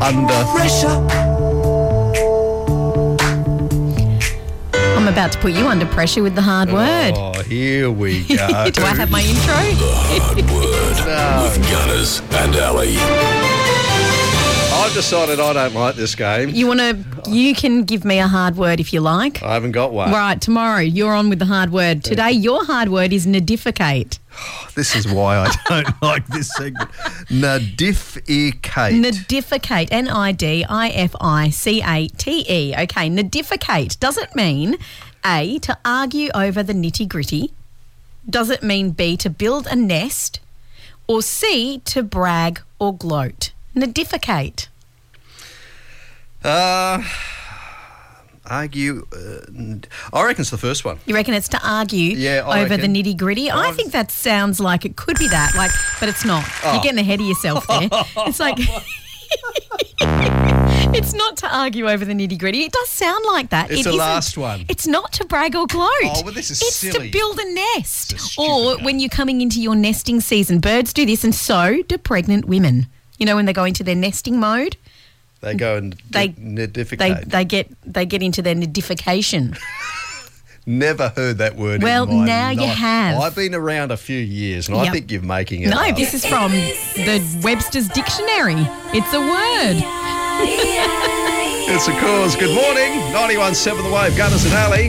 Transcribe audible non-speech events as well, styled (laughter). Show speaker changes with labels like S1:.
S1: under pressure.
S2: I'm about to put you under pressure with the hard word.
S1: Oh, here
S2: (laughs)
S1: we go.
S2: Do I have my intro?
S1: No.
S3: Gunners and Ali.
S1: I've decided I don't like this game.
S2: You want to? You can give me a hard word if you like.
S1: I haven't got one.
S2: Right, tomorrow you're on with the hard word. Today your hard word is nidificate.
S1: This is why I don't (laughs) like this segment. E. Nadificate.
S2: Nidificate. N I D I F I C A T E. Okay, nidificate. Does it mean A, to argue over the nitty gritty? Does it mean B, to build a nest? Or C, to brag or gloat? Nidificate.
S1: uh, argue. Uh, n- I reckon it's the first one.
S2: You reckon it's to argue
S1: Yeah, I
S2: over
S1: reckon.
S2: the nitty gritty? I think that sounds like it could be that, like, but it's not.
S1: Oh.
S2: You're getting ahead of
S1: (laughs)
S2: yourself there. It's like. (laughs) It's not to argue over the nitty gritty. It does sound like that.
S1: It's
S2: It
S1: the
S2: isn't.
S1: last one.
S2: It's not to brag or gloat.
S1: Oh, well, this is
S2: It's
S1: silly.
S2: to build a nest.
S1: It's a stupid
S2: or
S1: game.
S2: when you're coming into your nesting season, birds do this, and so do pregnant women. You know, when they go into their nesting mode,
S1: They go and they,
S2: They- they,
S1: nadificate.
S2: they get they get into their nidification.
S1: Never heard that word.
S2: Well,
S1: in my
S2: now you
S1: life.
S2: have.
S1: I've been around a few years, and I
S2: Yep.
S1: think you're making it.
S2: No,
S1: up.
S2: this is from the Webster's Dictionary. It's a word.
S1: it's a cause. Good morning, ninety-one seven. The wave, Gunners and Alley.